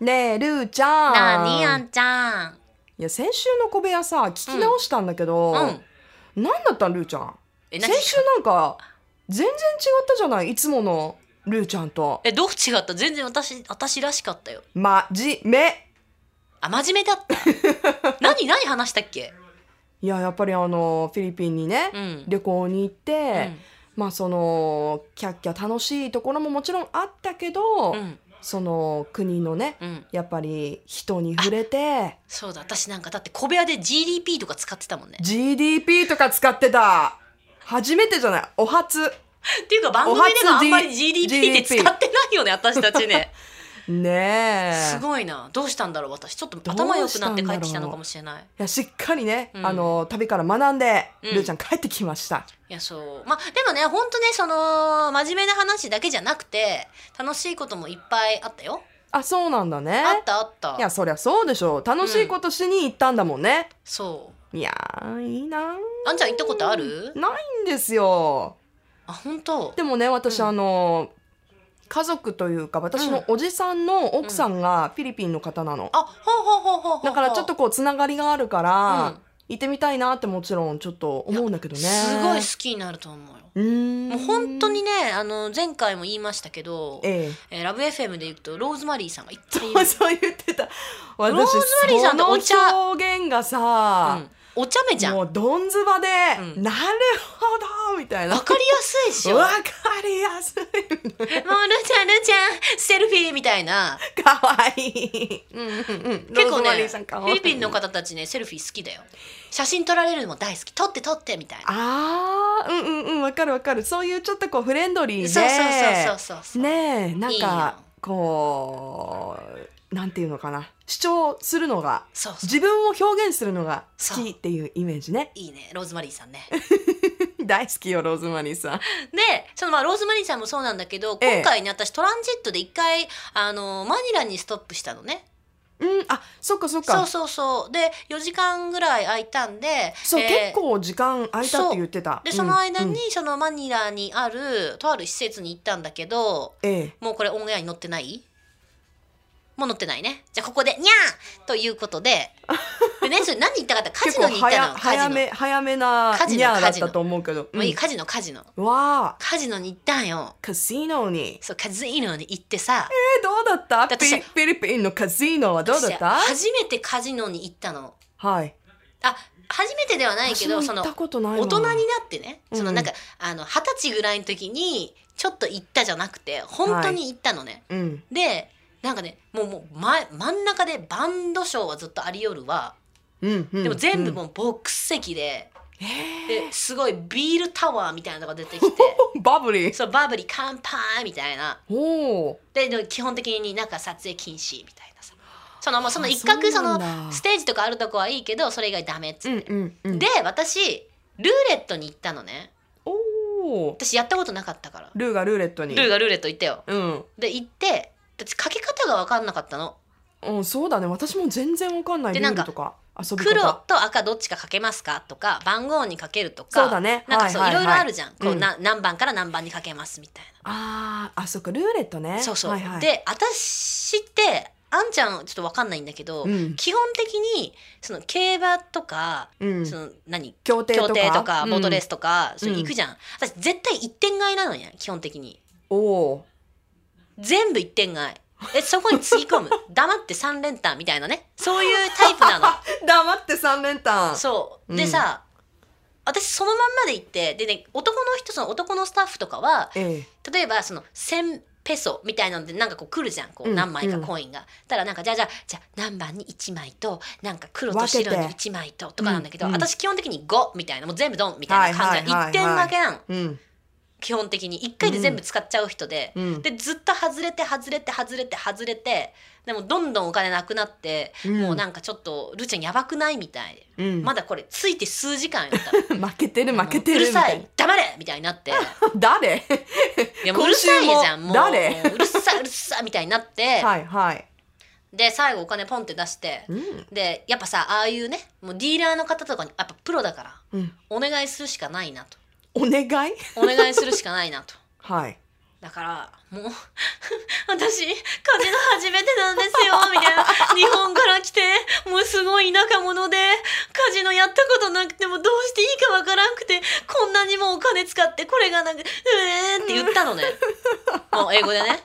ねえ、ルーちゃん。なあにあんちゃん。いや、先週の小部屋さ、聞き直したんだけど、うん。何だったん、ルーちゃん。え、先何週なんか、全然違ったじゃない、いつものルーちゃんと。え、どう違った全然私、私らしかったよ。まじめ。あ、真面目だった。 何、何話したっけいや、やっぱりあの、フィリピンにね、うん。旅行に行っうて、んまあその、キャッキャ楽しいところももちろんあったけど、うん。その国のね、うん。やっぱり人に触れて、そうだ、私なんかだって小部屋で GDP とか使ってたもんね。 GDP とか使ってた。初めてじゃない。お初。っていうか番組でもあんまりお初 G- GDP って使ってないよね、私たち ね。ねえ。すごいな。どうしたんだろう、私。ちょっと頭良くなって帰ってきたのかもしれない。いやしっかりね、うんあの旅から学んで、うんルーちゃん帰ってきました。いやそうまあでもね本当ねその真面目な話だけじゃなくて楽しいこともいっぱいあったよあ、そうなんだね。あったあったいや、そりゃそうでしょう。楽しいことしに行ったんだもんね。そういやー、いいなあんちゃん行ったことあるないんですよ。あ本当でもね、私、うんあの、家族というか、私のおじさんの奥さんがフィリピンの方なの。あほうほうほうほうほうほうだからちょっとこう、つながりがあるかうらん、行ってみたいなってもちろんちょっと思うんだけどね。すごい好きになると思うようーん。もう本当にねあの前回も言いましたけど、えええ。ーラブ FM で行くとローズマリーさんがいっぱいいる、 そう言ってた。私、ローズマリーさんってお茶その表現がさ、うんお茶目じゃんもわうどんずばで、うんなるほどみたいな。かりやすいでしょもうわルかりやすい。ーちゃんルーちゃんセルフィーみたいなかわいい。うんうんうん。結ロー構ズマねリーフさんかわいィいリピンの。方たちねセルフィー好きだよ写真撮られるのも大好き撮って撮ってみたいなああ、うんうんうん、わかるわかる。そういうちょっとこうフレンドリーで。そうそうそうそうそうねえ、なんかいいよ、こう、なんていうのかな。主張するのが、そうそう自分を表現するのが好きっていうイメージね。いいねローズマリーさんね 大好きよ、ローズマリーさん。でそのまあローズマリーさんもそうなんだけどええ今回ね私トランジットで一回あのマニラにストップしたのねうん、あ、そっかそっか。そうそうそうで4時間ぐらい空いたんでそう、えー結構時間空いたって言ってた。でうんその間うにんそのマニラにあるとある施設に行ったんだけどええ、もうこれオンエアに載ってないもう載ってないねじゃあここで「にゃー!」ということでで ねそれ何言ったかってカジノに行った結の構早カ早ジノめ早めなカジノニャーだカっジノたと思うけど。もういいうんカジノカジノわあ、カジノに行ったんよカジノに。そうカジノに行ってさえー、どうだった？だってフさィフィリピンのカジノはどうだった？私初めてカジノに行ったのはい。あ初めてではないけ私どもそ行っのたことないわ大人になってねうんそのなんかあの二十歳ぐらいの時にちょっと行ったじゃなくて本当に行ったのね、うん。でなんかねもうもう前真ん中でバンドショーはずっとありよるわうん、うん。でも全部うん。もうボックス席で,、えですごいビールタワーみたいなのが出てきて ー、バブリー。そうバブリー乾杯みたいなおお。ででも基本的になんか撮影禁止みたいなさそのもうその一あ角そそうなんだのステージとかあるとこはいいけどそれ以外ダメっつうんって、うんうん。で私ルーレットに行ったのねおお。私やったことなかったからルーがルーレットに。ルーがルーレット行ったようん。で行って私かけ方が分かんなかったのうん、そうだね。私も全然わかんないでルなーんかルとか遊び方。黒と赤どっちかかけますかとか番号にかけるとかそうだね。なんかそう、はいはろいろあるじゃん、こううんな何番から何番にかけますみたいあーあそっかルーレットねなそうそう、はいはい、で私ってあんちゃんちょっと分かんないんだけど、うん基本的にその競馬とか、うん、その何協定と競か艇とかボートレース、スとか、それうん行くじゃん私絶対一点買いなのね基本的にうん、おー 全部一点買いえそこにつぎ込 む黙って三連単みたいなねそういうタイプな のあ黙って三連単そううんでさ、私そのまんまで行ってでね男の人その男のスタッフとかはえ例えばその1,000ペソみたいなのでなんかこう来るじゃんこううん何枚かうんコインが。たらなんかじゃあじゃあじゃあ何番に1枚となんか黒と分けて白に1枚ととかなんだけど、うんうん私基本的に5みたいなもう全部ドンみたいな感じはいはいはいはない1点負けなのえうん基本的に1回で全部使っちゃう人で。うんでずっと外れて外れて外れて外れてでもどんどんお金なくなって、うんもうなんかちょっとルーちゃんやばくないみたいでうん、まだこれついて数時間やっ た負けてる負けてるうるみたさいない黙れみたいになって 誰いやもううるさいじゃんもう今週ももううるさいうるさいみたいになって、はいはい、で最後お金ポンって出してうんでやっぱさああいうねもうディーラーの方とかにやっぱプロだからうん、お願いするしかないなとお願いお願いするしかないなとはいだからもう私カジノ初めてなんですよみカジノやったことなくてもどうしていいかわからんくてこんなにもお金使ってこれがなんか「うえー」って言ったのねもう英語でね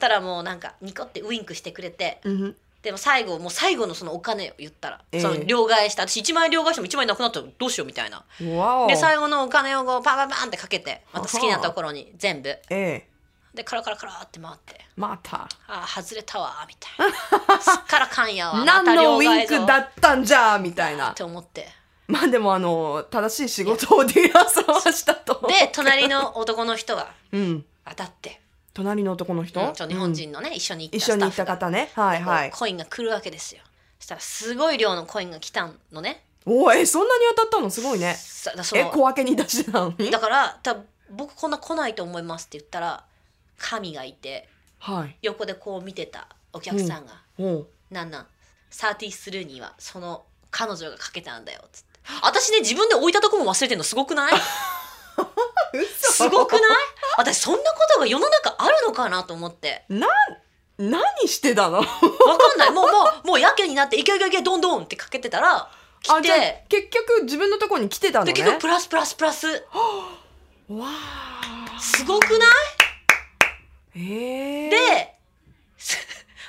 たらもうなんかニコってウインクしてくれてうんでも最後もう最後のそのお金を言ったら、ええその両替した私1万円両替しても1万円なくなったらどうしようみたいなわおで最後のお金をこうパンパンパンってかけてまた好きなところに全部ええでカラカラカラって回ってまたあー外れたわーみたい なすっからかんやわま何たの両ウィ替ンクだったんじゃみたいっなて思ってまあでもあの正しい仕事をディーラーさんはしたと思う で隣の男の人がうん当たって、隣の男の人、うんちょ日本人のね、一緒に行うんった一緒スにタ行ッっフたが方ねはいはいこうコインが来るわけですよそしたらすごい量のコインが来たのねおーえそんなに当たったのすごいねさだそえの小分けに出してたのにだから多分僕こんな来ないと思いますって言ったら神がいてはい横でこう見てたお客さんがおう「なんなんサーティスルーにはその彼女がかけたんだよ」っつって私ね自分で置いたとこも忘れてるのすご くないすごくない私そんなことが世の中あるのかなと思って何してたのわかんないもうもうもうやけになって「いけいけいけどんどん」ってかけてたら来あじゃあて結局自分のとこに来てたのでね結局プラスプラスプラスわあすごくないえー、で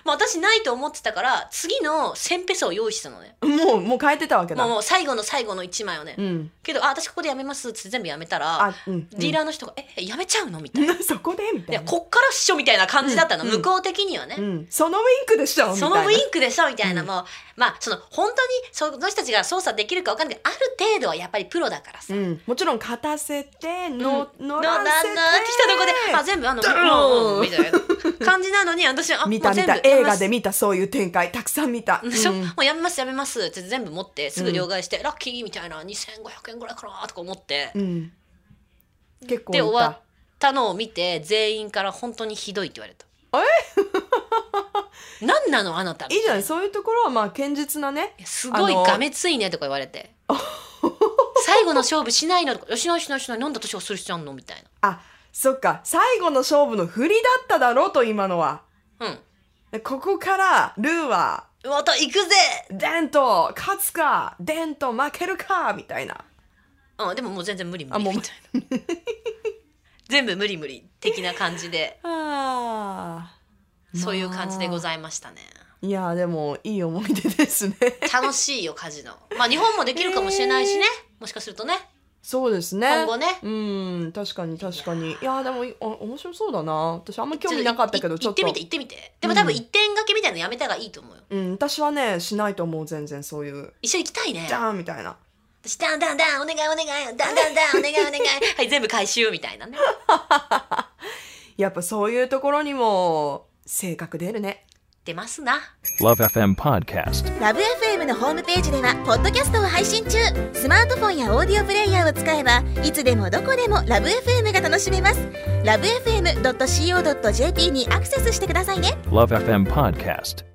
まあ私ないと思ってたから次の1000ペソを用意してたのねもうもう変えてたわけだもうもう最後の最後の1枚をね、うんけど「あ私ここでやめます」っつって全部やめたらあうんディーラーの人が「ええやめちゃうの?」みたいなー そこでみ「たいいやなこっからっしょ」みたいな感じだったの、うん向こう的にはね、うん、そのウィンクでしょみたそいなのウィンクでしょみたいな、うんもうまあその本当にその人たちが操作できるか分かんないけどある程度はやっぱりプロだからさ、うん、もちろん勝たせての、乗のらなせんてなってきたとこであ全部あのドーンうんみたいな感じなのに私はあ見たもう見全部た映画で見たそういう展開たくさん見た、でしょ、うんもうやめますやめますって全部持ってすぐ両替して、ラッキーみたいな2500円ぐらいかなとか思って、うん結構いでた終わったのを見て全員から本当にひどいって言われた。 え何なのあなたいいじゃないそういうところはまあ堅実なねすごいあのがめついねとか言われ て最後の勝負しないのとかよしないしないしないなんだ年をする必要あんのみたいあそっか最後の勝負の振りだっただろうと今のはなうんでここからルーはまた行くぜ、デント勝つかデント負けるかみたいなうん、でももう全然無理無あもう理みたいな 全部無理無理的な感じであーそういう感じでごまざいましたねあいやでもいい思い出ですね楽しいよカジ ノまあ日本もできるかもしれないしね、もしかするとねそうですね今後ねうん確かに確かにいやでもいあ面白そうだな私あんま興味なかったけどちちょょっっととい行ってみて行ってみてでも多分一点掛けみたいなのやめたらいいと思うようん私はねしないと思う全然そういう一緒に行きたいねじゃーんみたいな私ダンダンダンお願いお願いダンダンダンお願いお 願いはい全部回収みたいなねやっぱそういうところにも性格出るね出ますな Love FM Podcast. ラブ f m のホームページではポッドキャストを配信中スマートフォンやオーディオプレイヤーを使えばいつでもどこでもラブ f m が楽しめますラブ FM.co.jp にアクセスしてくださいね Love FM Podcast.